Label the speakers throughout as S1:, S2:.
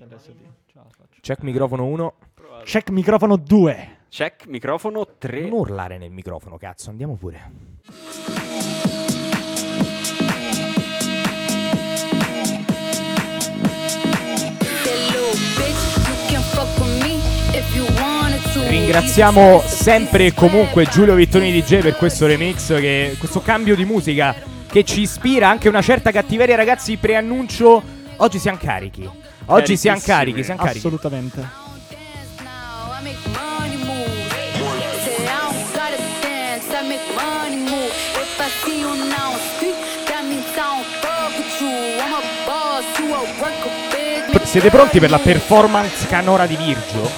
S1: adesso ti... ce la faccio.
S2: Check microfono 1.
S1: Provate.
S3: Check microfono 2.
S4: Check, microfono 3.
S2: Non urlare nel microfono, cazzo, andiamo pure.
S5: Hello, bitch, you can fuck with me if you wanted to.
S2: Ringraziamo sempre e comunque Giulio Vittoni DJ per questo remix, che, questo cambio di musica che ci ispira anche una certa cattiveria, ragazzi. Preannuncio, oggi siamo carichi. Oggi siamo
S4: Carichissimi.
S2: carichi, siamo carichi.
S3: Assolutamente.
S2: Siete pronti per la performance canora di Virgio?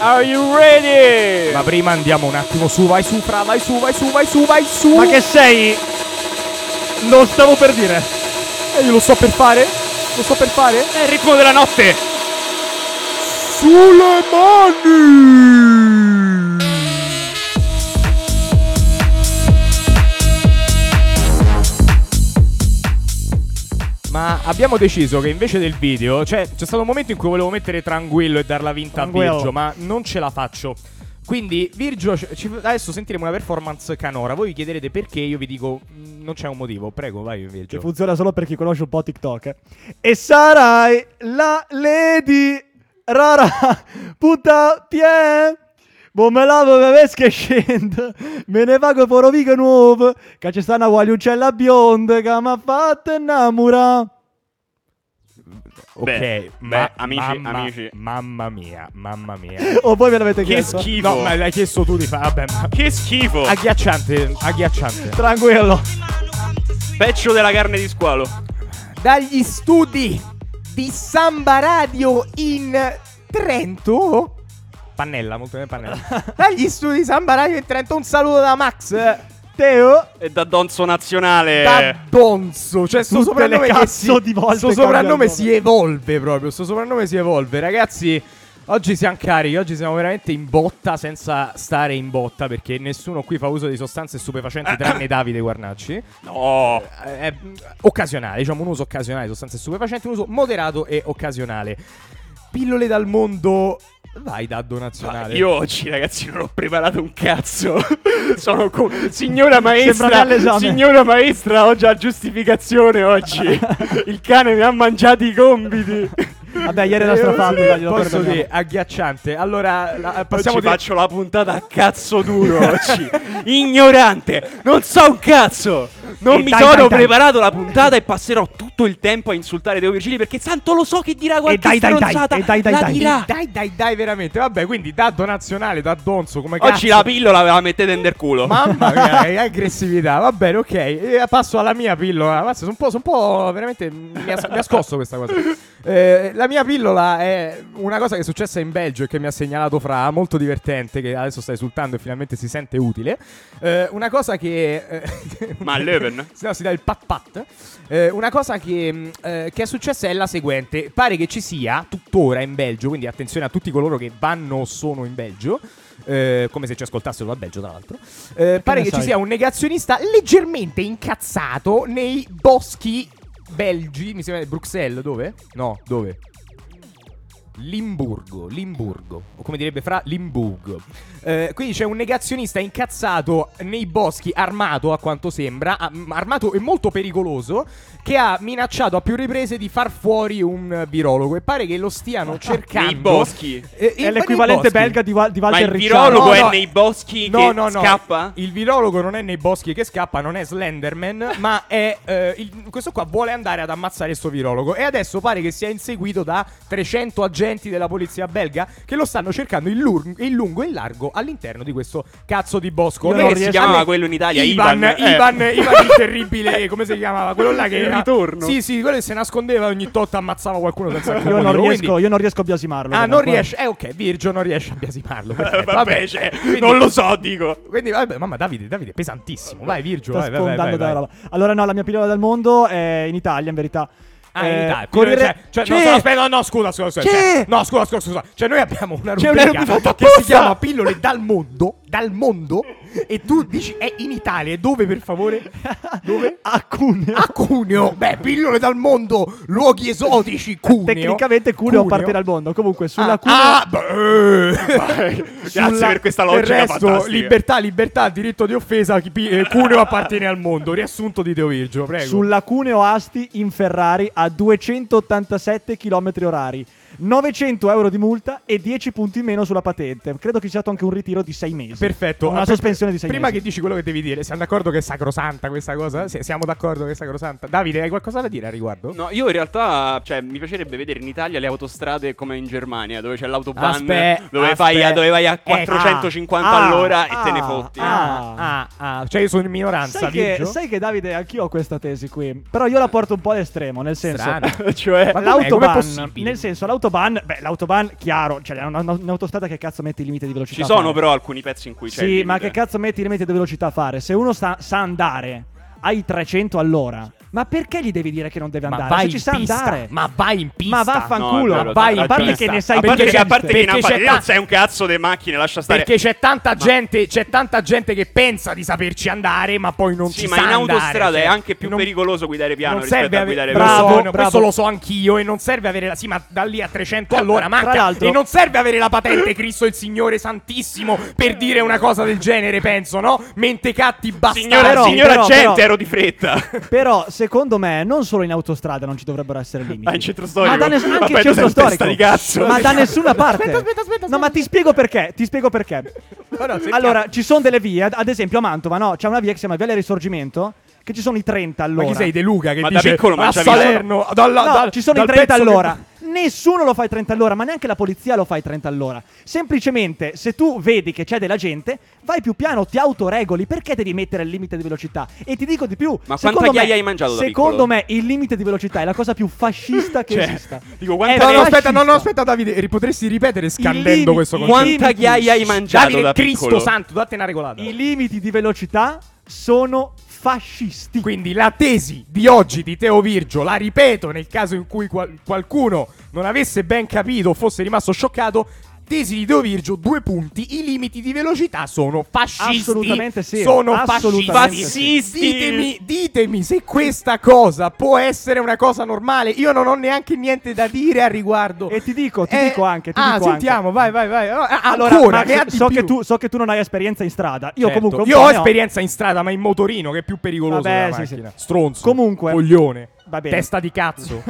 S4: Are you ready?
S2: Ma prima andiamo un attimo su, vai su, fra, vai su, vai su, vai su, vai su.
S3: Ma che sei? Lo stavo per dire.
S2: Eh, io lo sto per fare? Lo sto per fare?
S4: È il ritmo della notte.
S2: Sulle mani! Ma abbiamo deciso che invece del video, cioè c'è stato un momento in cui volevo mettere tranquillo e darla vinta
S3: Tranquillo.
S2: a Virgio, ma non ce la faccio. Quindi Virgio, ci- ci- adesso sentiremo una performance canora. Voi vi chiederete perché, io vi dico mh, non c'è un motivo. Prego, vai
S3: Che
S2: Virgio.
S3: funziona solo per chi conosce un po' TikTok. eh. E sarai la lady rara puta pie. Buon me lavo me ves che scende. Me ne vago per viga nuove. Che c'è sta una guagliucella bionda che mi ha fatto innamorare.
S2: Ok,
S4: Beh,
S2: ma-
S4: beh, amici,
S2: mamma,
S4: amici.
S2: mamma mia, mamma mia.
S3: O Oh, voi me l'avete
S4: Che
S3: chiesto.
S4: schifo.
S2: No, ma l'hai chiesto tu di fare. Vabbè, ma-
S4: Che schifo.
S2: agghiacciante, agghiacciante.
S3: Tranquillo.
S4: Peccio della carne di squalo.
S2: Dagli studi di Samba Radio in Trento. Pannella, molto bene Pannella. Dagli studi di Samba Radio in Trento, un saluto da Max. Teo
S4: E da Donzo Nazionale.
S2: da Donzo, cioè sto
S3: Eh. Tutte
S2: soprannome,
S3: le
S2: che
S3: cazzo
S2: si,
S3: di volte
S2: sto
S3: cambia
S2: soprannome
S3: il nome.
S2: si evolve proprio, sto soprannome si evolve, ragazzi. Oggi siamo carichi, oggi siamo veramente in botta senza stare in botta perché nessuno qui fa uso di sostanze stupefacenti tranne Davide Guarnacci.
S4: No.
S2: Eh, È occasionale, diciamo un uso occasionale di sostanze stupefacenti, un uso moderato e occasionale. Pillole dal mondo, vai Daddo
S4: Ma
S2: Nazionale.
S4: Io oggi, ragazzi, non ho preparato un cazzo. Sono co- signora
S3: Sembravi
S4: maestra,
S3: all'esame.
S4: signora maestra, ho già giustificazione oggi. Il cane mi ha mangiato i compiti.
S3: Vabbè, ieri era strafatto, dai, glielo
S2: Posso
S3: perdoniamo.
S2: dire, agghiacciante. Allora, la-
S4: Oggi
S2: passiamo di-
S4: faccio la puntata a cazzo duro oggi. Ignorante, non so un cazzo. Non
S2: E
S4: mi
S2: dai,
S4: sono
S2: dai, dai.
S4: preparato la puntata e passerò tutto il tempo a insultare Teo Virgili perché tanto lo so che dirà qualche
S3: dai, dai, dai,
S4: stronzata.
S3: e dai, dai,
S4: la
S3: dai.
S4: dirà.
S2: Dai, dai, dai, veramente. Vabbè, quindi da Nazionale, da Donzo, come cazzo.
S4: Oggi la pillola ve la mettete nel culo.
S2: Mamma mia, che aggressività. Va bene, ok. E passo alla mia pillola. Mazza, sono un po', sono un po' veramente. Mi ha, mi ha scosso questa cosa. Eh, la mia pillola è una cosa che è successa in Belgio e che mi ha segnalato Fra, molto divertente, che adesso sta esultando e finalmente si sente utile. Eh, una cosa che. eh,
S4: Ma Leuven?
S2: Se no si dà il pat pat. Eh, una cosa che, mh, eh, che è successa è la seguente: pare che ci sia tuttora in Belgio, quindi attenzione a tutti coloro che vanno o sono in Belgio. eh, come se ci ascoltassero dal Belgio, tra l'altro. Eh, pare
S3: ne
S2: che ci
S3: sai?
S2: sia un negazionista leggermente incazzato nei boschi belgi. Mi sembra Bruxelles, dove? No, dove? Limburgo, Limburgo, o come direbbe fra Limburgo. Eh, quindi c'è un negazionista incazzato nei boschi, armato a quanto sembra, a- m- armato e molto pericoloso, che ha minacciato a più riprese di far fuori un eh, virologo. E pare che lo stiano cercando.
S4: Nei boschi.
S2: Eh, in-
S3: Ah, È l'equivalente
S2: nei boschi.
S3: belga di, Wa- di
S4: Ma
S3: Walter
S4: il
S3: Ricciardo.
S4: virologo
S2: No,
S4: è
S2: no.
S4: nei boschi
S2: No,
S4: che
S2: no, no.
S4: scappa?
S2: Il virologo non è nei boschi che scappa, non è Slenderman, ma è. eh, il- questo qua vuole andare ad ammazzare sto virologo. E adesso pare che sia inseguito da 300 agenti della polizia belga che lo stanno cercando in, lur- in lungo e in largo all'interno di questo cazzo di bosco.
S4: Com'è
S2: A me-
S4: che si
S2: a
S4: chiamava
S2: me-
S4: quello in Italia?
S2: Ivan,
S4: Ivan, eh.
S2: Ivan, Ivan il terribile, come si chiamava? Quello là che
S4: Il
S2: era-
S4: ritorno.
S2: Sì, sì, quello che se nascondeva ogni tot ammazzava qualcuno senza
S3: Io non,
S2: comunico,
S3: riesco,
S2: quindi-
S3: io non riesco a biasimarlo.
S2: Ah,
S3: però,
S2: non
S3: guarda.
S2: riesce. Eh, ok, Virgio non riesce a biasimarlo. perfetto,
S4: Vabbè, cioè,
S2: Quindi-
S4: non lo so, dico.
S2: quindi, vabbè, mamma, Davide, Davide, è pesantissimo. Vai, Virgio,
S3: Sto
S2: vai, vai, vai,
S3: sfondando
S2: vai,
S3: dalla
S2: vai.
S3: roba. Allora, no, la mia pillola del mondo è in Italia, in verità.
S2: Ah, in
S3: Eh,
S2: Italia.
S3: Corriere-
S2: Cioè, cioè,
S3: C'è-
S2: no, no, aspetta, no, no, scusa, scusa, scusa.
S3: Che?
S2: cioè, no, scusa, scusa, scusa. Cioè, noi abbiamo una
S3: C'è una
S2: rubrica che
S3: rubrica
S2: si
S3: apposta.
S2: chiama Pillole dal mondo, dal mondo e tu dici è in Italia, dove per favore? Dove?
S3: A Cuneo.
S2: A Cuneo, beh, pillole dal mondo, luoghi esotici, Cuneo.
S3: Tecnicamente Cuneo, parte dal mondo. Comunque
S2: Ah,
S3: sulla Cuneo...
S2: ah, beh, eh.
S4: Grazie per questa
S2: del
S4: logica
S2: resto,
S4: fantastica.
S2: libertà, libertà, diritto di offesa, chi pi- eh, Cuneo appartiene al mondo. Riassunto di Teo Virgio, prego.
S3: Sulla Cuneo Asti in Ferrari a 287 km orari, 900 euro di multa e 10 punti in meno sulla patente. Credo che sia stato anche un ritiro di 6 mesi.
S2: Perfetto.
S3: Una
S2: Ah, per-
S3: sospensione di 6
S2: Prima
S3: mesi.
S2: che dici quello che devi dire, siamo d'accordo che è sacrosanta questa cosa? Sì, siamo d'accordo che è sacrosanta. Davide, hai qualcosa da dire al riguardo?
S4: No, io in realtà, cioè, mi piacerebbe vedere in Italia le autostrade come in Germania, dove c'è l'autobahn,
S2: Aspe-
S4: dove, fai a,
S2: aspe-
S4: dove vai a
S2: Ecco.
S4: 450
S3: Ah,
S4: all'ora
S3: ah,
S4: e te ne fotti.
S2: Ah, ah, ah, cioè io sono in minoranza,
S3: Sai che,
S2: Virgio?
S3: sai che, Davide, anch'io ho questa tesi qui, però io la porto un po' all'estremo, nel senso...
S2: Strano.
S4: cioè,
S2: Ma com'è? Com'è
S3: L'autoban,
S2: possibile?
S3: nel senso, l'autobahn, beh, l'autobahn, chiaro, cioè è una- una- un'autostrada che cazzo mette il limite di velocità.
S4: ci
S3: a
S4: sono
S3: fare?
S4: però alcuni pezzi in cui c'è. il
S3: Sì, ma
S4: limite.
S3: che cazzo metti i limiti di velocità a fare? Se uno sa, sa andare ai 300 all'ora, ma perché gli devi dire che non deve andare? Se ci sa andare.
S2: Ma vai in pista.
S3: Ma
S4: No,
S3: vaffanculo,
S4: è vero,
S3: vai,
S4: c'hai
S3: a parte
S4: ragione.
S3: che ne sai
S4: A parte che, a parte che
S2: perché
S4: no, a parte
S2: c'è
S4: che non
S2: ta-
S4: sai un cazzo delle macchine, lascia stare.
S2: Perché c'è tanta gente, c'è tanta gente che pensa di saperci andare, ma poi non
S4: sì,
S2: ci
S4: ma
S2: sa
S4: in
S2: andare,
S4: autostrada
S2: cioè,
S4: è anche più
S2: non-
S4: pericoloso guidare piano
S2: non
S4: rispetto
S2: serve
S4: a
S2: ave-
S4: guidare
S3: Bravo,
S2: questo,
S4: veloce.
S2: no,
S3: bravo.
S2: questo lo so anch'io e non serve avere la sì ma da lì a 300 all'ora manca
S3: l'altro-
S2: e non serve avere la patente Cristo il Signore Santissimo per dire una cosa del genere penso no mentecatti bastardi
S4: Signora,
S3: Però-
S4: signora
S3: però-
S4: gente,
S3: però-
S4: ero di fretta.
S3: Però, secondo me, non solo in autostrada non ci dovrebbero essere limiti.
S4: Ah, in centro storico.
S3: Ma da ness- anche
S4: Vabbè, tu
S3: in
S4: sei
S3: centro
S4: un
S3: storico.
S4: testa di cazzo.
S3: Ma da nessuna parte.
S2: Aspetta, aspetta, aspetta,
S3: No, ma ti spiego perché. Ti spiego perché. allora, ci sono delle vie, ad- ad esempio a Mantova, no? C'è una via che si chiama Viale Risorgimento, che ci sono i 30 all'ora.
S2: ma chi sei De Luca che
S4: Ma da
S2: dice
S4: piccolo
S2: a
S4: mangiavi-
S2: Salerno dalla-
S3: No,
S2: dal-
S3: ci sono i
S2: dal
S3: 30
S2: pezzo che-
S3: all'ora. Nessuno lo fa i 30 all'ora, ma neanche la polizia lo fa i 30 all'ora. Semplicemente, se tu vedi che c'è della gente, vai più piano, ti autoregoli. Perché devi mettere il limite di velocità? E ti dico di più.
S4: Ma
S3: secondo
S4: quanta
S3: me-
S4: ghiaia hai mangiato da
S3: Secondo
S4: piccolo?
S3: me, il limite di velocità è la cosa più fascista che
S4: Cioè,
S3: esista.
S4: dico, quanta
S3: È
S2: Eh, No, no,
S4: fascista.
S2: aspetta, no, no,
S3: fascista.
S2: aspetta, Davide, ri- potresti ripetere
S3: limiti-
S2: scandendo questo
S3: i
S2: concetto.
S4: Quanta ghiaia hai mangiato
S2: Davide,
S4: da
S2: Cristo
S4: piccolo?
S2: santo, date una regolata.
S3: I limiti di velocità sono fascisti.
S2: Quindi la tesi di oggi di Teo Virgio, la ripeto nel caso in cui qual- qualcuno non avesse ben capito o fosse rimasto scioccato. Tesi di Teo Virgio, due punti. I limiti di velocità sono fascisti.
S3: Assolutamente sì,
S2: Sono
S3: assolutamente
S2: fascisti.
S4: sì. Fascisti.
S2: Ditemi, ditemi se questa cosa può essere una cosa normale. Io non ho neanche niente da dire al riguardo.
S3: E ti dico, ti
S2: Eh,
S3: dico anche. Ti
S2: ah,
S3: dico
S2: sentiamo,
S3: anche.
S2: vai, vai, vai. Ah,
S3: Allora,
S2: ancora,
S3: Max,
S2: ne ha di
S3: cioè, so,
S2: più.
S3: che tu, so che tu non hai esperienza in strada. Io
S2: Certo.
S3: comunque. un
S2: Io
S3: po'
S2: ho
S3: ne
S2: esperienza in strada, ma in motorino che è più pericoloso
S3: Vabbè,
S2: della
S3: sì, sì.
S2: macchina. Stronzo.
S3: Comunque-
S2: Coglione.
S3: Va bene.
S2: Testa di cazzo.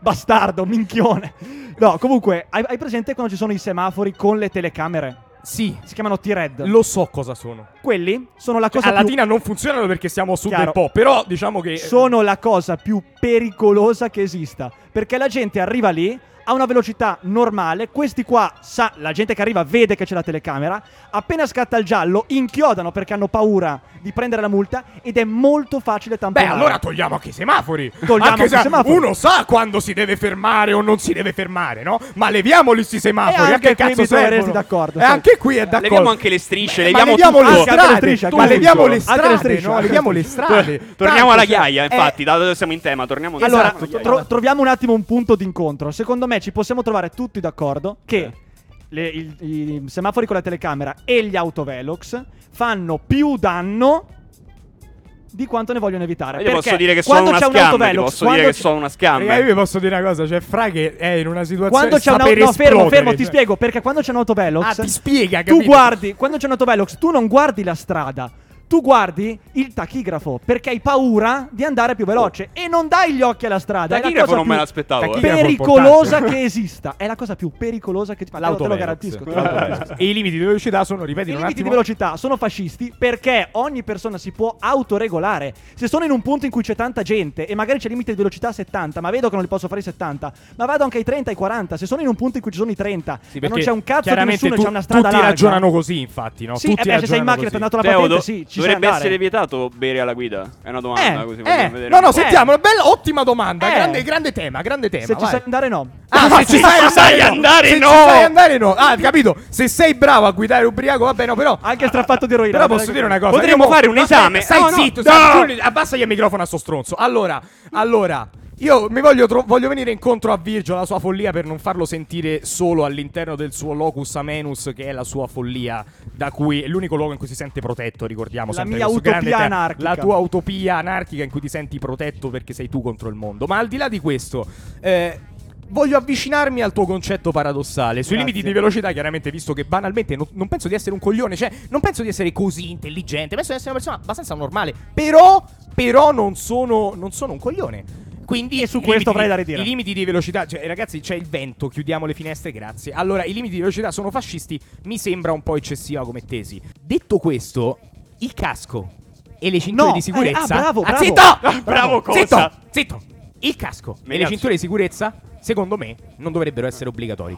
S3: Bastardo, minchione. No, comunque, hai, hai presente quando ci sono i semafori con le telecamere?
S2: sì.
S3: Si chiamano T-Red.
S2: Lo so cosa sono.
S3: Quelli sono la cosa
S2: Alla
S3: più
S2: Latina non funzionano perché siamo a sud
S3: Chiaro.
S2: del po'. Però diciamo che.
S3: sono la cosa più pericolosa che esista. Perché la gente arriva lì a una velocità normale, questi qua, sa, la gente che arriva vede che c'è la telecamera, appena scatta il giallo, inchiodano perché hanno paura di prendere la multa ed è molto facile
S2: Beh,
S3: tamponare.
S2: allora togliamo anche i semafori.
S3: Togliamo
S2: anche se
S3: anche i semafori.
S2: Uno sa quando si deve fermare o non si deve fermare, no? Ma leviamoli sti semafori.
S3: E anche
S2: che
S3: qui
S2: cazzo
S3: mi troveresti
S2: servono?
S3: d'accordo,
S2: E
S3: sì. Ah,
S2: anche qui è d'accordo.
S4: Leviamo anche le strisce, leviamo
S2: ma leviamo
S4: tutto.
S2: le
S3: Anche le
S2: strade,
S3: strisce, anche
S2: ma
S3: le
S2: leviamo
S3: strisce.
S2: le
S3: Anche le
S2: strade,
S3: strisce,
S2: no?
S3: anche le
S2: Leviamo le
S3: strische.
S2: strade. Tanto,
S4: Torniamo alla
S2: cioè,
S4: ghiaia,
S2: eh,
S4: infatti, da dove siamo in tema, torniamo
S2: Esatto,
S3: Allora,
S4: torniamo alla
S2: ghiaia.
S3: tro- troviamo un attimo un punto d'incontro. Secondo me ci possiamo trovare tutti d'accordo che le- il- i semafori con la telecamera e gli autovelox fanno più danno di quanto ne vogliono evitare.
S4: Io
S3: Perché
S4: posso dire che sono
S3: quando
S4: una
S3: c'è un
S4: scamba, ti
S3: autovelox,
S4: posso dire che
S3: quando c'è-
S4: sono una
S2: Raga, io
S4: scamba.
S2: vi posso dire una cosa, cioè Fra che è in una situazione
S3: Quando c'è
S2: sta
S3: un
S2: per
S3: autovelox, no, fermo,
S2: esplodere,
S3: fermo, ti
S2: cioè.
S3: spiego perché quando c'è un autovelox,
S2: Ah, ti spiega,
S3: tu
S2: capito?
S3: guardi, quando c'è un autovelox, tu non guardi la strada, tu guardi il tachigrafo perché hai paura di andare più veloce e non dai gli occhi alla strada. è la
S4: Oh. Tachigrafo
S3: cosa
S4: non me
S3: più-
S4: l'aspettavo. eh.
S2: Tachigrafo
S3: pericolosa
S2: importante.
S3: che esista. È la cosa più pericolosa che ci Ma te lo
S2: L'autovelox.
S3: garantisco. te lo garantisco.
S2: L'autovelox. e i limiti di velocità sono, ripeti,
S3: I
S2: un
S3: limiti di
S2: attimo.
S3: velocità sono fascisti perché ogni persona si può autoregolare. Se sono in un punto in cui c'è tanta gente e magari c'è il limite di velocità a 70, ma vedo che non li posso fare i 70, ma vado anche ai 30 ai 40. Se sono in un punto in cui ci sono i 30,
S2: Sì,
S3: ma non
S2: perché
S3: c'è un cazzo di
S2: chiaramente
S3: nessuno, e
S2: tu-
S3: c'è una strada
S2: Tutti
S3: larga.
S2: ragionano così, infatti, no?
S3: Sì,
S2: tutti
S3: eh beh, se sei in macchina ti
S2: ragionano
S3: hanno dato la
S4: Teo,
S3: patente,
S4: do-
S3: sì, ci
S4: Cioè, dovrebbe
S3: sai
S4: essere
S3: andare.
S4: vietato bere alla guida? È una domanda
S3: Eh,
S4: così. vogliamo
S2: così. Eh,
S4: vedere
S2: no,
S4: un
S2: no,
S4: po'.
S2: sentiamo, bella, ottima domanda,
S3: Eh.
S2: grande, grande tema, grande tema.
S3: Se ci
S2: Eh, vai.
S3: sai andare, no.
S2: Ah, se ci sai
S4: sai
S2: andare,
S4: andare,
S2: Se ci
S4: no.
S2: sai andare, no. Ah, capito. Se sei bravo a guidare ubriaco, va bene, no, però.
S3: Anche strappato di eroina.
S2: Però
S3: guarda
S2: posso
S3: che-
S2: dire una cosa.
S4: Potremmo
S2: io mo-
S4: fare un
S2: no,
S4: esame.
S2: Stai,
S4: No,
S2: stai
S4: no,
S2: zitto,
S4: no.
S2: stai- tu- abbassa il microfono a sto stronzo. Allora, allora, Io mi voglio, tro- voglio venire incontro a Virgil, alla sua follia, per non farlo sentire solo all'interno del suo locus amenus, che è la sua follia, da cui è l'unico luogo in cui si sente protetto, ricordiamo
S3: La
S2: sempre.
S3: mia
S2: questo grande
S3: utopia
S2: te-
S3: anarchica.
S2: La tua utopia anarchica in cui ti senti protetto perché sei tu contro il mondo. Ma al di là di questo, eh, voglio avvicinarmi al tuo concetto paradossale. Sui
S3: Grazie.
S2: limiti di velocità, chiaramente, visto che banalmente non, non penso di essere un coglione, cioè non penso di essere così intelligente, penso di essere una persona abbastanza normale. Però, però non, sono, non sono un coglione. Quindi
S3: E su
S2: i limiti
S3: questo avrai
S2: di-
S3: da ridire.
S2: I limiti di velocità, cioè ragazzi, c'è il vento, chiudiamo le finestre, grazie. Allora, i limiti di velocità sono fascisti, mi sembra un po' eccessiva come tesi. Detto questo, il casco e le cinture
S3: No,
S2: di sicurezza.
S3: eh, ah, bravo, bravo.
S2: zitto!
S4: Bravo, cosa?
S2: Zitto, zitto. Il casco
S4: Mi
S2: e le
S4: cazzo.
S2: cinture di sicurezza, secondo me, non dovrebbero essere obbligatori.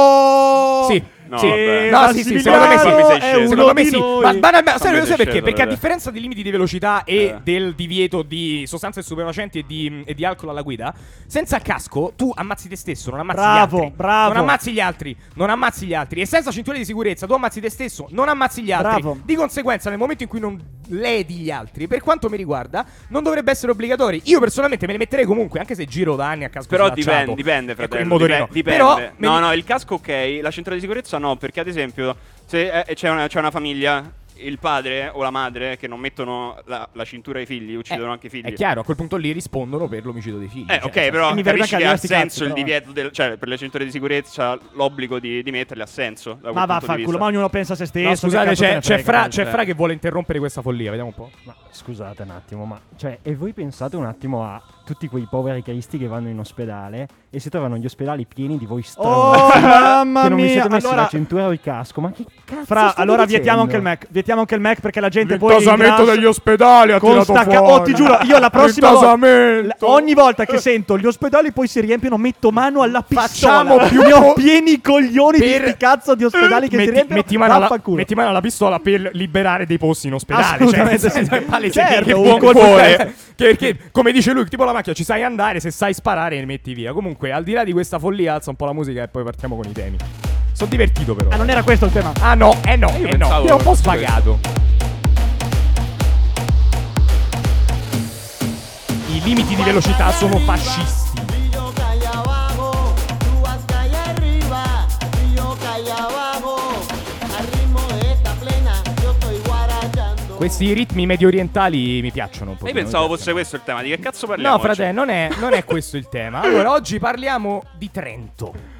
S3: Oh!
S2: Sì,
S4: No,
S2: sì.
S4: vabbè.
S2: No, sì, sì, secondo me sì.
S3: Massimiliano
S4: Secondo me sei
S3: è
S4: scemo.
S2: Secondo
S3: uno
S2: me
S3: di
S2: sì,
S3: noi.
S2: ma banalmente, sai, lo
S4: Fammi
S2: sai perché?
S4: scegliere,
S2: Perché a
S4: vabbè.
S2: differenza dei limiti di velocità e
S4: Eh.
S2: del divieto di sostanze stupefacenti e di, e di alcol alla guida, senza casco tu ammazzi te stesso, non ammazzi
S3: Bravo,
S2: gli altri.
S3: bravo.
S2: Non ammazzi gli altri, non ammazzi gli altri. E senza cinture di sicurezza tu ammazzi te stesso, non ammazzi gli altri.
S3: Bravo.
S2: Di conseguenza, nel momento in cui non ledi gli altri, per quanto mi riguarda, non dovrebbe essere obbligatorio. Io personalmente me ne metterei comunque, anche se giro da anni a casco
S4: Però
S2: slacciato.
S4: dipende, dipende,
S2: Ecco, il
S4: fratello.
S2: motorino.
S4: dipen- dipende.
S2: Però me
S4: no,
S2: ne-
S4: no, il casco ok, la cintura di sicurezza no, perché ad esempio se eh, c'è, una, c'è una famiglia, il padre o la madre che non mettono la, la cintura ai figli, uccidono
S2: Eh,
S4: anche i figli.
S2: È chiaro, a quel punto lì rispondono per l'omicidio dei figli.
S4: Eh,
S2: cioè,
S4: ok, però
S3: mi verrebbe
S4: capisci
S3: anche
S4: che
S3: a
S4: ha
S3: diversi cazzi,
S4: senso il
S3: però, eh.
S4: divieto del, cioè per le cinture di sicurezza l'obbligo di, di metterle ha senso. da quel punto
S3: Ma
S4: di
S3: vaffanculo,
S4: vista.
S3: ma ognuno pensa a se stesso.
S2: No, scusate,
S3: che cazzo te
S2: c'è,
S3: ne
S2: c'è
S3: frega, cioè.
S2: Fra,
S3: dai.
S2: c'è Fra che vuole interrompere questa follia, vediamo un po'.
S1: Ma scusate un attimo, ma cioè, e voi pensate un attimo a tutti quei poveri cristi che vanno in ospedale e si trovano gli ospedali pieni di voi
S3: Oh,
S1: stronzi
S3: mamma
S1: che non vi
S3: mia.
S1: siete messi
S3: Allora,
S1: la cintura o il casco, ma che cazzo
S3: Fra,
S1: state
S3: allora
S1: dicendo?
S3: vietiamo anche il Mac. Vietiamo anche il Mac perché la gente poi.
S2: tasamento
S3: ringrazia-
S2: ospedali ha
S3: con sta ca- oh, ti giuro, io la prossima volta- la- ogni volta che sento gli ospedali poi si riempiano, metto mano alla pistola.
S2: Facciamo più
S3: ne ho
S2: po-
S3: pieni i coglioni di
S2: per-
S3: sti cazzo di ospedali che si
S2: metti,
S3: riempiono.
S2: metti mano alla,
S3: Vaffanculo.
S2: metti mano alla pistola per liberare dei posti in ospedale. Cioè,
S3: Assolutamente sì.
S2: palesemente,
S3: Certo,
S2: che
S3: un
S2: buon
S3: colpo-
S2: cuore. che, che, come dice lui, tipo la macchina, ci sai andare, se sai sparare ne metti via. Comunque, al di là di questa follia, alza un po' la musica e poi partiamo con i temi. Sono divertito però.
S3: Ah, non era questo il tema.
S2: Ah no, eh no, eh no.
S4: pensavo
S2: Io ho un po'
S4: fosse
S2: svagato. I limiti di velocità sono fascisti.
S6: Y yo calle abajo, tú vas calle arriba, y yo calle abajo, al ritmo de esta plena, yo estoy guarachando.
S2: Questi ritmi medio orientali mi piacciono un po'.
S4: Io pensavo fosse questo il tema, di che cazzo parliamo?
S2: No, fratello, non è, non è questo il tema. Allora, oggi parliamo di Trento.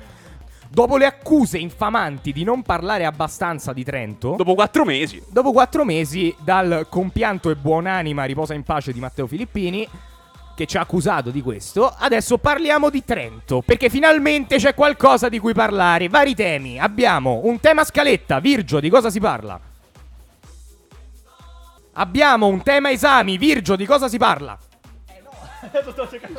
S2: Dopo le accuse infamanti di non parlare abbastanza di Trento,
S4: Dopo quattro mesi.
S2: Dopo quattro mesi dal compianto e buonanima riposa in pace di Matteo Filippini, che ci ha accusato di questo, adesso parliamo di Trento, perché finalmente c'è qualcosa di cui parlare. Vari temi. Abbiamo un tema a scaletta, Virgio, di cosa si parla? Abbiamo un tema esami, Virgio, di cosa si parla?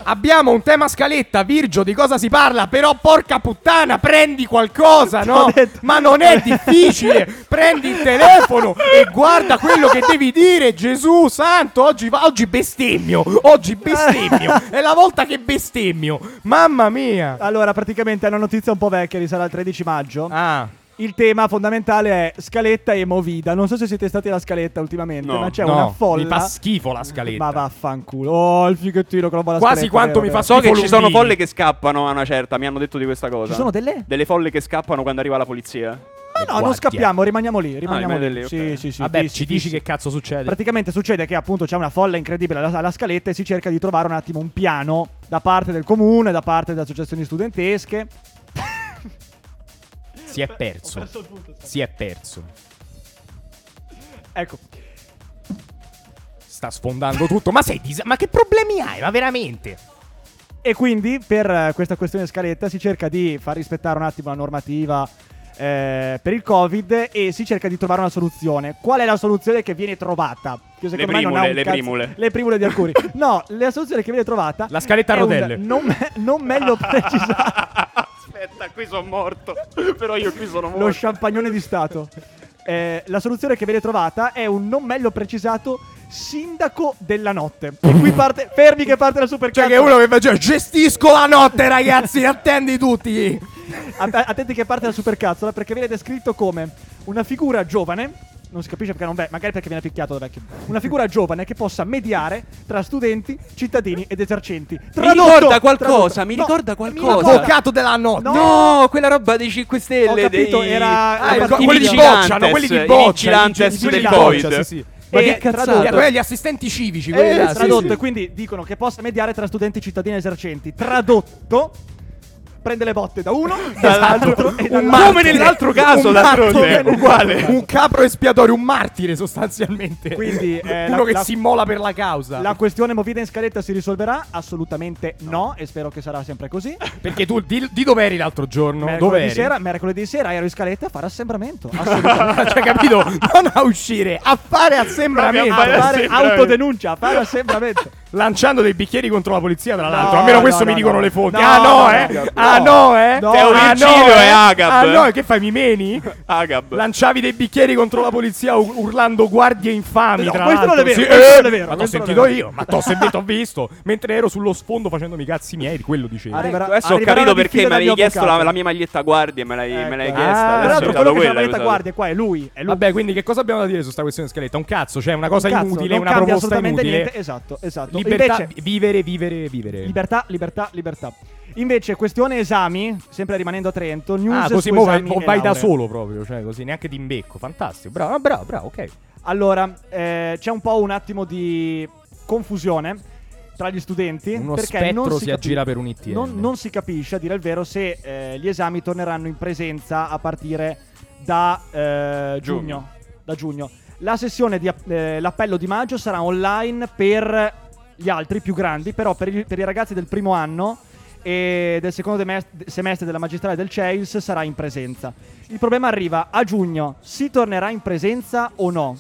S2: Abbiamo un tema a scaletta, Virgio, di cosa si parla? Però porca puttana, prendi qualcosa, no?
S3: T'ho detto-
S2: Ma non è difficile. prendi il telefono e guarda quello che devi dire, Gesù santo. Oggi, va- oggi bestemmio, oggi bestemmio. È la volta che bestemmio. Mamma mia.
S3: Allora, praticamente è una notizia un po' vecchia, risale al 13 maggio.
S2: Ah.
S3: Il tema fondamentale è scaletta e movida. Non so se siete stati alla scaletta ultimamente,
S4: No.
S3: ma c'è
S2: no,
S3: Cioè, una
S2: Mi fa
S3: folla.
S2: schifo la scaletta.
S3: Ma vaffanculo. Oh, il fighettino con la bolla
S2: Quasi
S3: scaletta,
S2: quanto
S3: vero,
S2: mi
S3: vero.
S2: fa
S4: So che
S2: Tipo
S4: ci sono
S2: Lundini.
S4: folle che scappano a una certa, mi hanno detto di questa cosa.
S3: Ci sono delle?
S4: Delle folle che scappano quando arriva la polizia.
S3: Ma no, non
S2: guardie.
S3: scappiamo, rimaniamo lì. Rimaniamo lì.
S4: Ah, rimane lì,
S3: Sì,
S4: ok.
S3: sì, sì.
S2: Vabbè,
S3: fissi,
S2: ci dici
S3: fissi.
S2: che cazzo succede.
S3: Praticamente succede che appunto c'è una folla incredibile alla, alla scaletta e si cerca di trovare un attimo un piano da parte del comune, da parte delle associazioni studentesche.
S2: si è perso. Si è perso.
S3: Ecco,
S2: Sta sfondando tutto. Ma sei dis- Ma che problemi hai? Ma veramente?
S3: E quindi per eh, questa questione scaletta si cerca di far rispettare un attimo la normativa eh, per il Covid e si cerca di trovare una soluzione. Qual è la soluzione che viene trovata? Che secondo me non ha
S4: primule,
S3: un
S4: le
S3: cazzo-
S4: primule.
S3: Le primule di alcuni. No, la soluzione che viene trovata...
S2: La scaletta a
S3: è un-
S2: rotelle.
S3: Non, me- non meglio precisato.
S4: Aspetta, qui sono morto. Però io qui sono
S3: Lo champagnone di Stato. Eh, la soluzione che viene trovata è un non meglio precisato sindaco della notte. E qui parte... Fermi che parte la super
S2: Cioè, che uno che faceva gestisco la notte, ragazzi, attendi tutti.
S3: Att- Attenti che parte la supercazzola perché viene descritto come una figura giovane non si capisce perché non beh, magari perché viene picchiato da vecchio. Una figura giovane che possa mediare tra studenti, cittadini ed esercenti. Tradotto,
S4: ricorda qualcosa,
S3: tradotto.
S4: mi ricorda qualcosa.
S2: Avvocato della notte.
S3: No.
S4: No, quella roba dei 5 Stelle.
S3: Ho capito,
S4: dei...
S3: era-
S2: Ah,
S3: i
S2: ecco,
S3: partiti
S2: quelli di
S3: vigilantes,
S2: boccia, no, quelli di
S4: i
S2: boccia, i
S4: vigilantes
S2: quelli
S4: del
S2: di
S3: vigilantes,
S4: Covid.
S2: boccia, sì, Eh, sì.
S3: Ma
S4: E
S3: che
S4: tradotto-
S3: cazzata.
S2: Gli- quelli, eh, gli assistenti civici, quelli
S3: Eh,
S2: là, sì,
S3: tradotto,
S2: sì.
S3: quindi dicono che possa mediare tra studenti, cittadini ed esercenti. Tradotto, prende le botte da uno, dall'altro e
S2: Un
S3: dall'altro.
S4: Come nell'altro caso,
S2: Un
S4: d'altronde,
S2: martire.
S4: uguale.
S2: eh, Un capro espiatorio, un martire sostanzialmente.
S3: Quindi, eh,
S2: uno
S3: la-
S2: che
S3: la-
S2: si immola per la causa.
S3: La questione movida in scaletta si risolverà? Assolutamente no, e spero che sarà sempre così.
S2: Perché tu di, di dove eri l'altro giorno? Dove
S3: mercoledì,
S2: eri?
S3: sera, mercoledì sera ero in scaletta a fare assembramento. Assolutamente.
S2: cioè, capito? Non a uscire, a fare assembramenti.
S4: Proprio
S3: a
S4: fare
S3: fare
S4: assembramento.
S3: autodenuncia, a fare assembramento.
S2: Lanciando dei bicchieri contro la polizia, tra l'altro.
S3: No,
S2: Almeno
S3: no,
S2: questo
S3: no,
S2: mi
S3: no.
S2: dicono le fonti.
S3: No,
S2: ah, no,
S3: no,
S2: eh.
S3: no.
S2: ah, no, eh.
S3: No.
S2: ah,
S4: Teoricino
S2: no, eh.
S4: e Agap.
S2: Ah, no, che fai? Mi meni?
S4: Agab.
S2: Lanciavi dei bicchieri contro la polizia u- urlando guardie infami.
S3: No,
S2: tra
S3: questo
S2: l'altro.
S3: non è vero,
S2: Sì,
S3: questo
S2: eh,
S3: non è vero,
S2: Ma t'ho
S3: questo non è
S2: sentito
S3: vero.
S2: io, ma t'ho sentito, ho visto. Mentre ero sullo sfondo facendomi i cazzi miei, quello dicevo.
S3: Arriverà-
S4: Ecco, adesso ho
S3: arriverà
S4: capito
S3: la diffida
S4: perché mi
S3: del mio
S4: avevi chiesto la,
S3: avvocato.
S4: la mia maglietta guardia e me l'hai, me l'hai
S3: Ecco.
S4: chiesta.
S2: Ah,
S3: Tra
S4: adesso
S3: l'altro,
S4: mi
S3: quello
S4: dato
S3: che c'è
S4: quella,
S3: la maglietta
S4: hai
S3: guardia qua è lui. È lui.
S2: Eh, Vabbè, quindi che cosa abbiamo da dire su sta questione scaletta? Un cazzo, cioè una cosa
S3: Un cazzo,
S2: inutile,
S3: non
S2: una
S3: cambia
S2: proposta
S3: assolutamente
S2: inutile.
S3: niente. Esatto, esatto.
S2: Libertà,
S3: Invece-
S2: vivere, vivere, vivere.
S3: Libertà, libertà, libertà. Invece, questione esami, sempre rimanendo a Trento, news
S2: ah, così
S3: su
S2: mo vai,
S3: esami
S2: mo
S3: e
S2: vai da
S3: lauree.
S2: solo proprio, cioè così neanche d'imbecco, fantastico. Bravo, ah, bravo, bravo, ok.
S3: Allora, eh, c'è un po' un attimo di confusione tra gli studenti
S2: Uno
S3: perché non
S2: spettro
S3: si,
S2: si
S3: capi-
S2: aggira per un ITN.
S3: non, non si capisce, a dire il vero, se eh, gli esami torneranno in presenza a partire da eh, giugno.
S4: Giugno.
S3: Da giugno. La sessione di app- eh, l'appello di maggio sarà online per gli altri più grandi, però per, i- per i ragazzi del primo anno e del secondo demest- semestre della magistrale del CEILS sarà in presenza. Il problema arriva a giugno, si tornerà in presenza o no?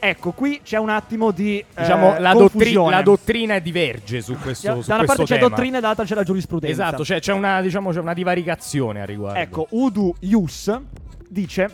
S3: Ecco, qui c'è un attimo di
S2: Diciamo
S3: eh,
S2: la, dottri-
S3: confusione.
S2: la dottrina diverge su questo
S3: da
S2: su
S3: da una parte
S2: questo
S3: c'è
S2: tema.
S3: dottrina e dall'altra c'è la giurisprudenza.
S2: Esatto, cioè c'è una diciamo c'è una divaricazione a riguardo.
S3: Ecco, Udu Ius dice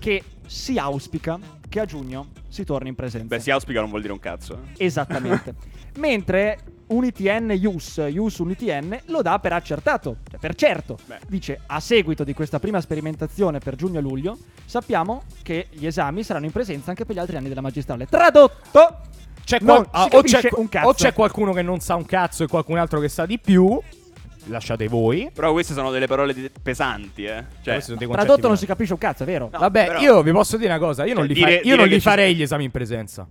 S3: che si auspica che a giugno si torni in presenza.
S4: Beh, si auspica non vuol dire un cazzo.
S3: Esattamente. Mentre un ITN Ius, Ius un ITN, lo dà per accertato, cioè per certo.
S4: Beh.
S3: Dice, a seguito di questa prima sperimentazione per giugno e luglio, sappiamo che gli esami saranno in presenza anche per gli altri anni della magistrale. Tradotto!
S2: C'è
S3: non
S2: qual- ah,
S3: si
S2: o, c'è,
S3: capisce un cazzo.
S2: o c'è qualcuno che non sa un cazzo e qualcun altro che sa di più. Lasciate voi.
S4: Però queste sono delle parole di- pesanti, eh. Cioè,
S2: Questi sono dei concetti
S3: Tradotto non
S2: minori.
S3: si capisce un cazzo, è vero?
S4: No,
S2: Vabbè,
S4: però-
S2: io vi posso dire una cosa, io non
S4: Cioè,
S2: li,
S4: dire-
S2: farei- io
S4: dire
S2: non
S4: che
S2: li
S4: ci-
S2: farei gli esami in presenza.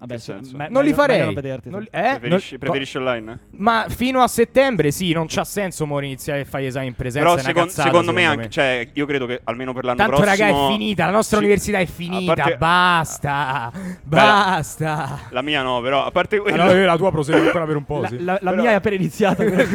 S3: Vabbè,
S4: Che
S3: sì,
S4: senso?
S3: me-
S2: Non li
S3: Eh, meglio-
S2: farei.
S3: meglio non vederti.
S2: Non li- eh?
S4: preferisci,
S2: Non-
S4: preferisci online?
S2: Ma fino a settembre sì, non c'ha senso mo iniziare a fare gli esami in presenza.
S4: Però
S2: è una
S4: secon-
S2: cazzata,
S4: secondo me anche, cioè, io credo che almeno per l'anno
S2: Tanto
S4: prossimo
S2: raga è finita, la nostra
S4: Sì.
S2: università è finita,
S4: A parte-
S2: basta, basta.
S4: La mia no, però a parte quello.
S2: Allora, la tua prosegue ancora per un po',
S3: La,
S2: sì.
S3: la- la
S4: Però-
S3: mia è appena iniziata. quindi-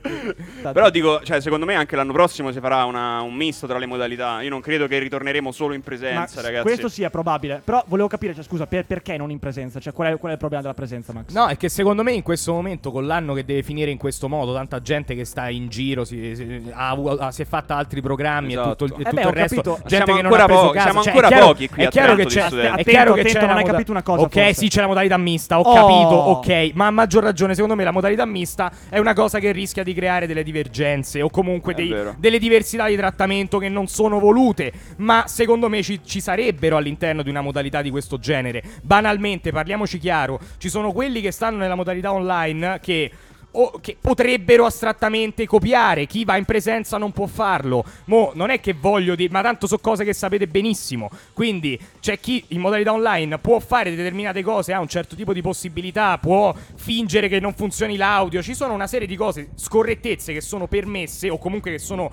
S3: Tanto-
S4: Però dico, cioè, secondo me anche l'anno prossimo si farà una- un misto tra le modalità. Io non credo che ritorneremo solo in
S3: Ma
S4: presenza,
S3: s-
S4: ragazzi.
S3: Questo sì è probabile. Però volevo capire, cioè, scusa, per- perché non in presenza? Cioè, qual è, qual è il problema della presenza, Max?
S2: No, è che secondo me in questo momento, con l'anno che deve finire in questo modo, tanta gente che sta in giro, si, si- ha, ha- si è fatta altri programmi e
S4: Esatto.
S2: tutto il, e
S3: Eh beh,
S2: tutto
S3: ho
S2: il resto.
S3: capito.
S2: Gente
S4: Siamo
S2: che non
S4: ancora
S2: ha preso
S4: pochi,
S2: casa.
S4: siamo
S2: Cioè,
S4: ancora
S2: è chiaro,
S4: pochi qui
S2: è
S4: a
S2: chiaro
S4: Trento
S2: che c'è,
S4: di studenti.
S2: è chiaro
S3: Attento,
S2: che c'è
S3: attento,
S2: la
S3: non hai
S2: moda-
S3: capito una cosa,
S2: Ok,
S3: forse.
S2: sì, c'è la modalità mista, ho
S3: Oh.
S2: capito, ok, ma a maggior ragione, secondo me la modalità mista è una cosa che rischia di creare delle divergenze o comunque
S4: È
S2: dei-
S4: vero.
S2: delle diversità di trattamento che non sono volute, ma secondo me ci, ci sarebbero all'interno di una modalità di questo genere. Banalmente, parliamoci chiaro, ci sono quelli che stanno nella modalità online che... o che potrebbero astrattamente copiare chi va in presenza non può farlo. Mo non è che voglio dire, ma tanto so cose che sapete benissimo. Quindi c'è chi in modalità online può fare determinate cose, ha un certo tipo di possibilità, può fingere che non funzioni l'audio. Ci sono una serie di cose, scorrettezze che sono permesse o comunque che sono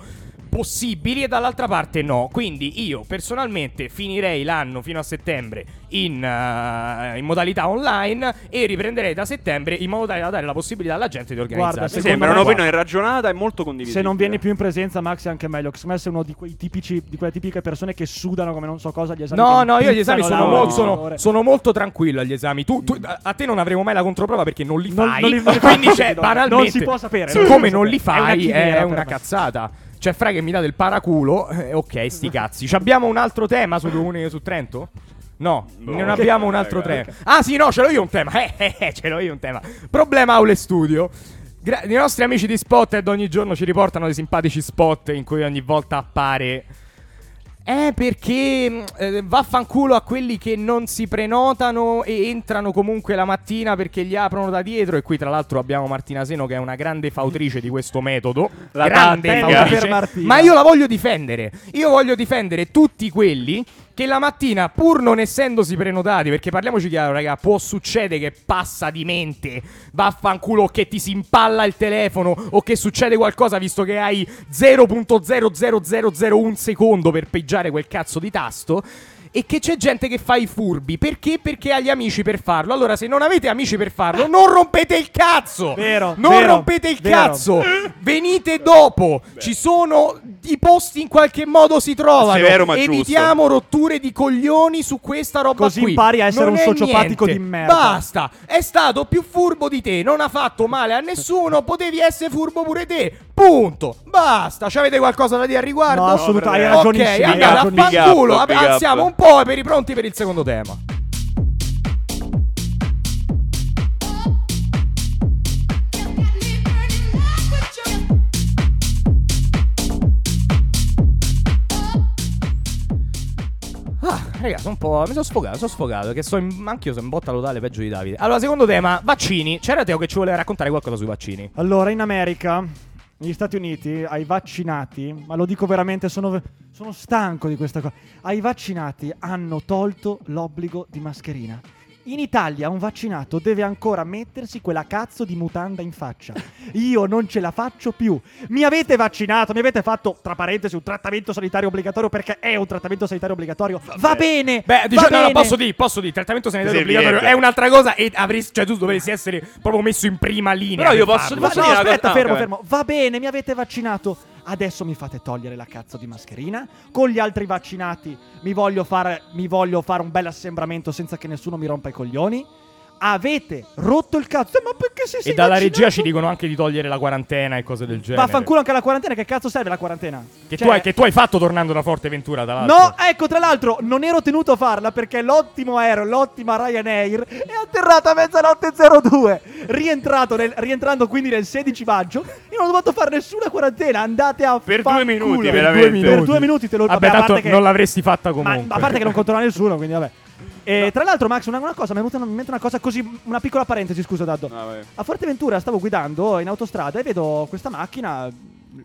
S2: possibili e dall'altra parte no. Quindi io personalmente finirei l'anno fino a settembre in, eh, in modalità online e riprenderei da settembre in modo tale da dare la possibilità alla gente di
S3: Guarda,
S2: organizzarsi.
S4: Mi
S3: secondo
S4: sembra
S3: me-
S4: un'opinione ragionata e molto condivisibile.
S3: Se non vieni più in presenza, Max, è anche meglio. Secondo me sei uno di quei tipici, di quelle tipiche persone che sudano come non so cosa gli esami.
S2: No,
S3: che
S2: no, io gli esami
S3: pizzano
S2: sono,
S3: l'aula
S2: mo-
S3: di
S2: sono-
S3: ore.
S2: sono molto tranquillo agli esami. Tu, tu- a a te non avremo mai la controprova perché non li
S3: Non-
S2: fai.
S3: non li- non li-
S2: Quindi, cioè,
S3: no,
S2: banalmente,
S3: non si può sapere, non si
S2: Siccome
S3: può
S2: non li
S3: sapere. È una
S2: fai,
S3: chimera
S2: è
S3: per
S2: una,
S3: me.
S2: cazzata. Cioè, fra che mi dà del paraculo. eh, ok, sti cazzi. Ci abbiamo un altro tema su, Comune- su Trento? No,
S4: No. Eh,
S2: non abbiamo un altro
S4: Raga.
S2: tema. Ah, sì, no, ce l'ho io un tema. Eh, eh, eh, ce l'ho io un tema. Problema aule studio. Gra- I nostri amici di Spotted ogni giorno ci riportano dei simpatici spot in cui ogni volta appare Eh, perché mh, eh, vaffanculo a quelli che non si prenotano e entrano comunque la mattina perché gli aprono da dietro. E qui, tra l'altro, abbiamo Martina Seno che è una grande fautrice di questo metodo.
S4: La
S2: grande
S4: tattica.
S2: fautrice.
S3: Per Martina.
S2: Ma io la voglio difendere. Io voglio difendere tutti quelli che la mattina, pur non essendosi prenotati, perché parliamoci chiaro, raga, può succedere che passa di mente, vaffanculo, o che ti si impalla il telefono o che succede qualcosa visto che hai 0.00001 secondo per peggiare quel cazzo di tasto. E che c'è gente che fa i furbi Perché? Perché ha gli amici per farlo Allora se non avete amici per farlo Non rompete il cazzo
S3: Vero,
S2: Non
S3: vero,
S2: rompete il
S3: vero.
S2: cazzo cazzo. Venite dopo. Ci sono i posti in qualche modo si trovano.
S4: Severo, ma giusto.
S2: Evitiamo rotture di coglioni su questa roba
S3: Così
S2: qui.
S3: impari a essere
S2: Non
S3: un
S2: è
S3: sociopatico
S2: niente.
S3: di merda.
S2: Basta. È stato più furbo di te, non ha fatto male a nessuno, potevi essere furbo pure te. Punto. Basta. C'avete qualcosa da dire al riguardo?
S3: No, assolutamente, hai
S4: No,
S2: Ok,
S3: ragionissimo. hai
S4: raga,
S2: andate a
S3: ragionissimo.
S4: big up,
S2: fanculo.
S4: big up.
S2: Alziamo un po' per i pronti per il secondo tema. Ah, raga, sono un po'. Mi sono sfogato, sono sfogato. Che so in... Anch'io sono in botta totale peggio di Davide. Allora, secondo tema, vaccini. C'era Teo che ci voleva raccontare qualcosa sui vaccini.
S3: Allora, in America, negli Stati Uniti, ai vaccinati, ma lo dico veramente, sono, sono stanco di questa cosa. Ai vaccinati hanno tolto l'obbligo di mascherina. In Italia un vaccinato deve ancora mettersi quella cazzo di mutanda in faccia. Io non ce la faccio più. Mi avete vaccinato, mi avete fatto, tra parentesi, un trattamento sanitario obbligatorio perché è un trattamento sanitario obbligatorio. Va bene!
S2: Beh,
S3: va
S2: diciamo, no, no,
S3: bene.
S2: posso dire, posso dire, trattamento sanitario
S4: Sì,
S2: obbligatorio
S4: niente.
S2: è un'altra cosa e avresti, cioè tu dovresti essere proprio messo in prima linea.
S4: Però io
S2: per
S4: posso-
S2: farlo.
S3: Ma
S4: posso
S3: no,
S4: dire una cosa-
S3: aspetta,
S4: ah,
S3: fermo,
S4: ok.
S3: fermo. Va bene, mi avete vaccinato. Adesso mi fate togliere la cazzo di mascherina. Con gli altri vaccinati mi voglio fare, mi voglio fare un bel assembramento senza che nessuno mi rompa i coglioni. Avete rotto il cazzo. Eh, Ma perché sei
S2: E
S3: sei
S2: dalla
S3: vaccinato?
S2: regia ci dicono anche di togliere la quarantena e cose del genere.
S3: Vaffanculo anche la quarantena. Che cazzo serve la quarantena?
S2: Che,
S3: Cioè-
S2: tu hai, che tu hai fatto tornando da Forteventura, tra l'altro.
S3: No, ecco, tra l'altro non ero tenuto a farla perché l'ottimo aereo, l'ottima Ryanair è atterrata a mezzanotte 02, rientrato nel- rientrando quindi nel 16 maggio e non ho dovuto fare nessuna quarantena, andate a
S4: Per
S3: far
S4: due minuti,
S3: culo.
S4: veramente.
S3: Per due minuti te lo
S2: Vabbè,
S3: a
S2: tanto
S3: parte che-
S2: non l'avresti fatta
S3: ma-
S2: comunque.
S3: Ma, a parte che non controlla nessuno, quindi vabbè. E tra l'altro Max, una, una cosa, mi è venuta in mente una cosa così, una piccola parentesi, scusa Daddo.
S4: No, vai.
S3: A Forteventura stavo guidando in autostrada e vedo questa macchina,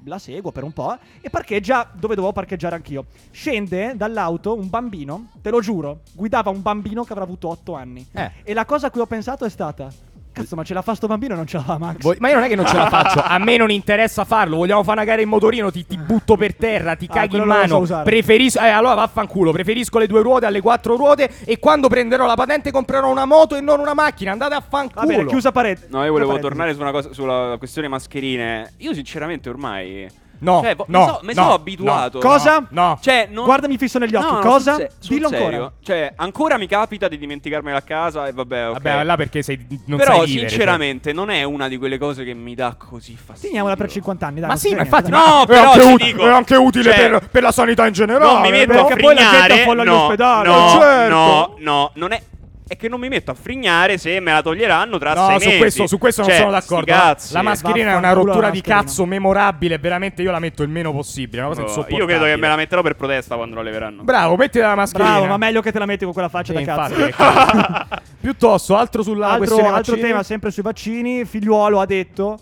S3: la seguo per un po' e parcheggia dove dovevo parcheggiare anch'io. Scende dall'auto un bambino, te lo giuro, guidava un bambino che avrà avuto 8 anni.
S2: Eh.
S3: E la cosa a cui ho pensato è stata, cazzo ma ce la fa sto bambino o non ce la fa Max?
S2: Voi- ma io non è che non ce la faccio, a me non interessa farlo. Vogliamo fare una gara in motorino, ti, ti butto per terra, ti
S3: Ah,
S2: caghi
S3: quello
S2: in
S3: non lo so
S2: mano.
S3: usare.
S2: preferisco, eh, allora vaffanculo, preferisco le due ruote alle quattro ruote. E quando prenderò la patente, comprerò una moto e non una macchina. Andate a
S3: Va
S2: fanculo.
S3: bene, chiusa parete.
S4: No, io volevo
S3: chiusa
S4: tornare
S3: parentesi.
S4: su una cosa- sulla questione mascherine. Io sinceramente ormai...
S2: No,
S4: Cioè, vo-
S2: no,
S4: mi so- mi
S2: no,
S4: sono abituato.
S2: no.
S3: Cosa?
S2: No.
S4: Cioè, non-
S3: Guardami fisso negli occhi,
S4: No, no,
S3: cosa?
S4: sul se- sul
S3: Dillo
S4: serio.
S3: ancora.
S4: Cioè, ancora mi capita di dimenticarmela a casa e vabbè, ok.
S2: Vabbè, là perché sei, non
S4: Però,
S2: sai vivere, cioè.
S4: sinceramente, non è una di quelle cose che mi dà così fastidio.
S3: Teniamola per 50 anni, dai.
S2: cioè. Ma
S3: non
S2: sì,
S3: frega
S2: ma infatti
S3: niente, dai.
S4: No,
S2: è
S4: però
S2: anche
S4: ti
S2: ut-
S4: dico-
S2: è anche utile
S4: cioè,
S2: per, per la sanità in generale.
S4: non mi metto a
S2: perché poi la gente
S4: frignare.
S2: affolla gli
S4: no,
S2: ospedali.
S4: no,
S2: Eh, certo.
S4: no, no, non è. È che non mi metto a frignare se me la toglieranno tra
S2: No,
S4: sei
S2: su
S4: mesi.
S2: questo, su questo
S4: Cioè,
S2: non sono d'accordo. eh.
S4: sti
S2: La-
S4: cazzi.
S2: La mascherina è una
S3: Vaffanculo
S2: rottura
S3: la
S2: di
S3: mascherina.
S2: cazzo memorabile. Veramente, io la metto il meno possibile. È una cosa
S4: No,
S2: insopportabile.
S4: Oh, io credo che me la metterò per protesta quando la leveranno.
S2: Bravo, metti la mascherina.
S3: Bravo, ma meglio che te la metti con quella faccia
S2: Eh,
S3: da cazzo.
S2: infatti, ecco. Piuttosto, altro sulla
S3: altro,
S2: questione
S3: altro
S2: vaccini?
S3: tema sempre sui vaccini figliuolo ha detto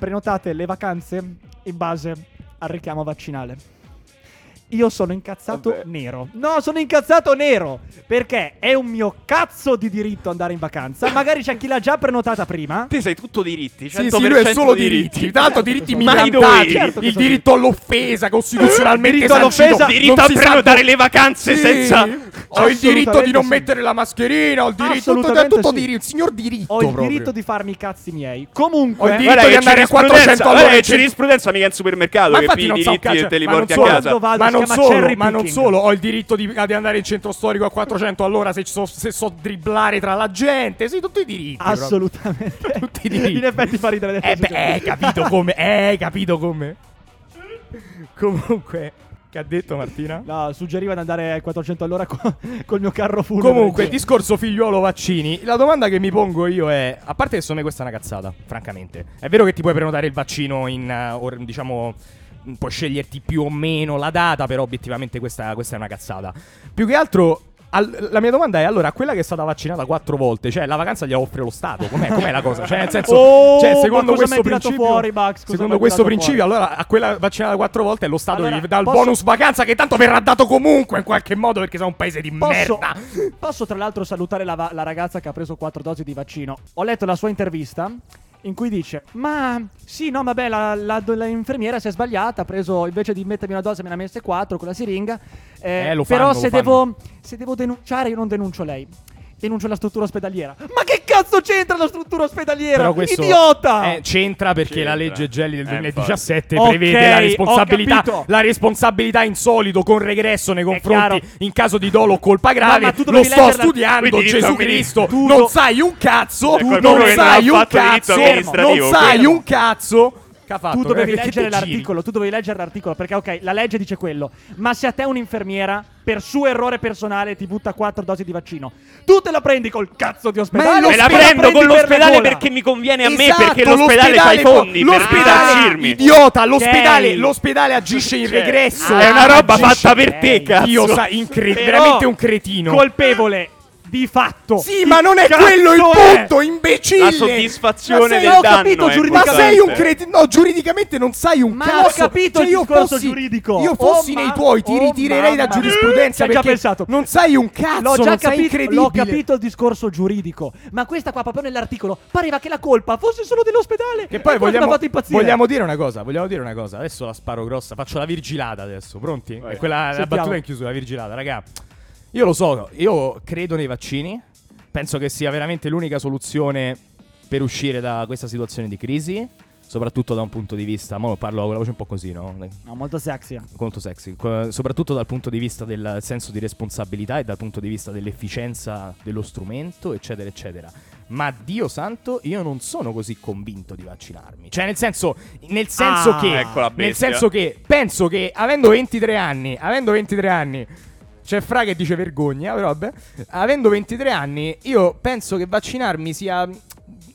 S3: prenotate le vacanze in base al richiamo vaccinale io sono incazzato
S4: Vabbè.
S3: nero. No, sono incazzato nero. Perché è un mio cazzo di diritto andare in vacanza. Magari c'è chi l'ha già prenotata prima.
S4: Te sei tutto diritti. 100%
S2: Sì, sì, lui è solo
S4: diritti.
S2: diritti. Tra l'altro, diritti
S4: Ma i
S2: militantati.
S4: doveri.
S3: Certo che
S2: il
S3: sono
S2: diritto all'offesa costituzionalmente
S3: Diritto all'offesa,
S2: sancito.
S4: diritto
S2: Esatto, Non
S4: a
S2: si sa
S4: prenotare
S2: dove-
S4: le vacanze
S2: Sì,
S4: senza-
S2: Ho il diritto di non
S3: Assolutamente sì.
S2: mettere la mascherina. Ho il diritto. Tutto,
S3: Assolutamente
S2: tutto
S3: sì.
S2: diritto. Signor diritto.
S3: Ho il
S2: proprio.
S3: diritto di farmi i cazzi miei.
S2: Ho il
S3: Comunque,
S2: diritto
S4: Guarda
S2: di
S4: che
S2: andare a
S4: giurisprudenza-
S2: 400
S4: guarda che
S2: all'ora.
S4: giurisprudenza mica in supermercato
S2: Ma
S4: che
S2: infatti
S4: pigli
S2: non
S4: i
S2: so un
S4: diritti
S2: cazzo,
S4: e te li
S2: ma non
S4: porti a
S2: solo-
S4: casa.
S3: Vado,
S2: ma
S3: si
S2: non
S3: chiama
S2: solo,
S3: cherry
S2: ma non
S3: picking.
S2: solo, ho il diritto di, di andare in centro storico a 400 all'ora se so, se so dribblare tra la gente, sì, tutti i diritti. proprio.
S3: assolutamente.
S2: Tutti i diritti.
S3: In effetti fa ridere adesso. cioè.
S2: Eh, beh, eh, capito come, eh, capito come. Comunque, che ha detto Martina?
S3: No, suggeriva di andare ai 400 all'ora co- col mio carro funebre.
S2: Comunque, discorso figliuolo vaccini. La domanda che mi pongo io è: a parte che secondo me questa è una cazzata, francamente. È vero che ti puoi prenotare il vaccino in eh, or- diciamo puoi sceglierti più o meno la data, però obiettivamente questa, questa è una cazzata. Più che altro, al- la mia domanda è: allora, quella che è stata vaccinata quattro volte, cioè la vacanza gliela offre lo Stato? Com'è, com'è la cosa? Cioè, nel senso,
S3: Oh,
S2: cioè,
S3: ma
S2: secondo
S3: cosa
S2: questo
S3: m'hai tirato
S2: principio,
S3: fuori, Max? Cosa
S2: secondo
S3: m'hai
S2: questo
S3: tirato
S2: principio, allora a quella vaccinata quattro volte, lo Stato
S3: Allora,
S2: gli dà il
S3: posso-
S2: bonus vacanza che tanto verrà dato comunque in qualche modo perché siamo un paese di
S3: Posso,
S2: merda.
S3: posso tra l'altro salutare la, va- la ragazza che ha preso quattro dosi di vaccino. Ho letto la sua intervista in cui dice: Ma sì, no, vabbè, la, la- la infermiera si è sbagliata. Ha preso invece di mettermi una dose, me ne ha messe quattro con la siringa. eh,
S2: Eh, lo
S3: però
S2: fanno, lo
S3: se,
S2: fanno.
S3: Devo, se devo denunciare, io non denuncio lei. Denuncio la struttura ospedaliera. Ma che cazzo c'entra la struttura ospedaliera?
S2: Però questo
S3: Idiota!
S2: eh, c'entra perché
S4: C'entra.
S2: la legge Gelli del
S4: Eh,
S2: 2017
S3: infatti.
S2: prevede
S3: Ok,
S2: la
S3: ho
S2: responsabilità,
S3: capito.
S2: la responsabilità in solito con regresso nei confronti
S3: chiaro.
S2: in caso di dolo o colpa grave.
S3: ma tu
S2: Lo
S3: dovevi
S2: sto
S3: leggerla-
S2: studiando,
S4: Quindi,
S2: Gesù
S4: quindi,
S2: Cristo.
S3: tu
S2: non
S3: do-
S2: sai un cazzo,
S4: È
S2: tu
S4: qualcuno
S2: non
S4: che non ha
S2: sai un
S4: fatto diritto
S2: cazzo, non
S4: amministrativo,
S2: sai
S4: fermo.
S2: un cazzo. Che ha fatto?
S3: tu dovevi
S2: Perché ti
S3: leggere
S2: giri?
S3: l'articolo, tu dovevi leggere l'articolo, perché ok, la legge dice quello, ma se a te un'infermiera per suo errore personale ti butta quattro dosi di vaccino, tu te la prendi col cazzo di
S2: Ma è
S3: ospedale?
S2: lo
S4: Me la
S2: Ospedale,
S4: prendo
S3: prendi
S4: con
S3: per la
S4: l'ospedale
S3: gola.
S4: perché mi conviene a me,
S2: Esatto,
S4: perché l'ospedale fa i
S2: può-
S4: fondi per
S2: l'ospedale-
S4: ridarcirmi.
S2: Idiota, l'ospedale,
S3: Ok.
S2: l'ospedale agisce in
S4: Cioè,
S2: regresso.
S4: è una roba
S2: Agisce-
S4: fatta per te, cazzo.
S2: Dio sa, incre-
S3: Però
S2: veramente un cretino.
S3: Colpevole di fatto.
S2: Sì, ma non è
S3: Cazzo
S2: quello il
S3: è?
S2: punto, imbecille!
S4: La soddisfazione
S2: Ma sei-
S4: del
S3: ho
S4: danno
S3: capito,
S4: è
S2: Ma
S3: giuridicamente.
S4: importante.
S2: sei un cretino? No, giuridicamente non sai un
S3: Ma
S2: cazzo.
S3: ho capito
S2: Cioè,
S3: il
S2: io
S3: discorso
S2: fossi-
S3: giuridico.
S2: Io fossi
S3: Oh,
S2: nei
S3: ma-
S2: tuoi, ti
S3: oh,
S2: ritirerei da
S3: mamma mia. Ci
S2: giurisprudenza
S3: hai già
S2: perché
S3: pensato.
S2: non sai un cazzo,
S3: L'ho già
S2: non sei
S3: capito,
S2: incredibile.
S3: l'ho capito il discorso giuridico, ma questa qua proprio nell'articolo pareva che la colpa fosse solo dell'ospedale.
S2: Che poi
S3: E quello mi ha
S2: vogliamo,
S3: fatto impazzire.
S2: vogliamo dire una cosa, vogliamo dire una cosa. Adesso la sparo grossa, faccio la virgilata adesso, pronti?
S4: Vai.
S2: È quella la
S3: Sentiamo.
S2: battuta in chiusura, la virgilata, raga. Io lo so, io credo nei vaccini. Penso che sia veramente l'unica soluzione per uscire da questa situazione di crisi, soprattutto da un punto di vista, mo parlo con la voce un po' così, no?
S3: No, molto sexy.
S2: Conto sexy, Qu- soprattutto dal punto di vista del senso di responsabilità e dal punto di vista dell'efficienza dello strumento, eccetera, eccetera. Ma Dio santo, io non sono così convinto di vaccinarmi. Cioè, nel senso, nel senso
S3: Ah,
S2: che,
S4: ecco la
S2: nel
S4: bestia.
S2: senso che penso che avendo 23 anni, avendo 23 anni. C'è Fra che dice vergogna, però vabbè. Avendo 23 anni, io penso che vaccinarmi sia.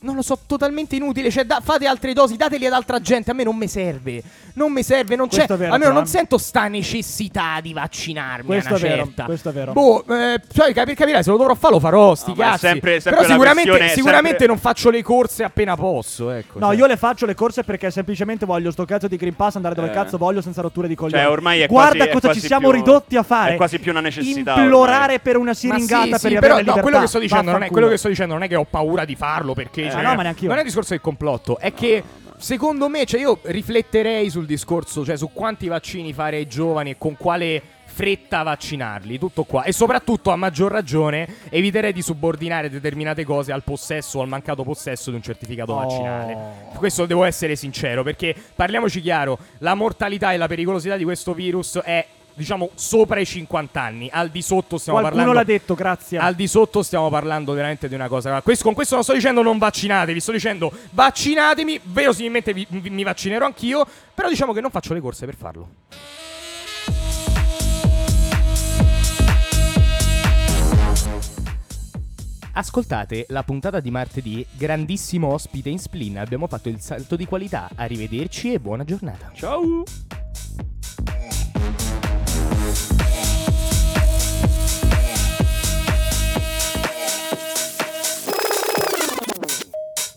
S2: Non lo so, totalmente inutile. Cioè, da- fate altre dosi, dateli ad altra gente. A me non mi serve. Non mi serve, non c'è.
S3: Questo è vero,
S2: almeno
S3: però,
S2: non
S3: eh.
S2: sento sta necessità di vaccinarmi.
S3: Questo
S2: a
S3: è
S2: una
S3: vero,
S2: certa.
S3: questo è vero.
S2: Boh, eh, cioè, capi- capirai, se lo dovrò fare, lo farò. Sti
S4: No, ma è
S2: cazzi.
S4: sempre- sempre
S2: però
S4: la
S2: sicuramente,
S4: questione, è
S2: sicuramente
S4: sempre-
S2: non faccio le corse appena posso. Ecco,
S3: No,
S2: cioè.
S3: io le faccio le corse perché semplicemente voglio sto cazzo di Green Pass andare dove
S4: Eh.
S3: cazzo voglio senza rotture di coglioni.
S4: Cioè, ormai è
S3: Guarda
S4: quasi- è
S3: cosa
S4: quasi
S3: ci siamo
S4: più-
S3: ridotti a fare.
S4: è quasi più una necessità
S3: Implorare
S4: ormai.
S3: per una
S2: Ma sì,
S3: siringata
S2: sì,
S3: per riavere
S2: però,
S3: la
S2: no,
S3: libertà.
S2: quello che sto dicendo non è quello
S3: Vaffanculo.
S2: che sto dicendo non è che ho paura di farlo perché
S3: Ma
S2: cioè,
S3: no, ma neanch'io.
S2: non è un discorso del complotto è che secondo me cioè io rifletterei sul discorso cioè su quanti vaccini fare ai giovani e con quale fretta vaccinarli tutto qua e soprattutto a maggior ragione eviterei di subordinare determinate cose al possesso o al mancato possesso di un certificato
S3: Oh.
S2: vaccinale questo devo essere sincero perché parliamoci chiaro, la mortalità e la pericolosità di questo virus è diciamo sopra i 50 anni, al di sotto stiamo
S3: Qualcuno
S2: parlando
S3: l'ha detto, grazie.
S2: Al di sotto stiamo parlando veramente di una cosa. Questo- con questo non sto dicendo non vaccinatevi, sto dicendo vaccinatemi, verosimilmente vi- vi- mi vaccinerò anch'io, però diciamo che non faccio le corse per farlo. Ascoltate la puntata di martedì, grandissimo ospite in spleen, abbiamo fatto il salto di qualità, arrivederci e buona giornata.
S4: Ciao.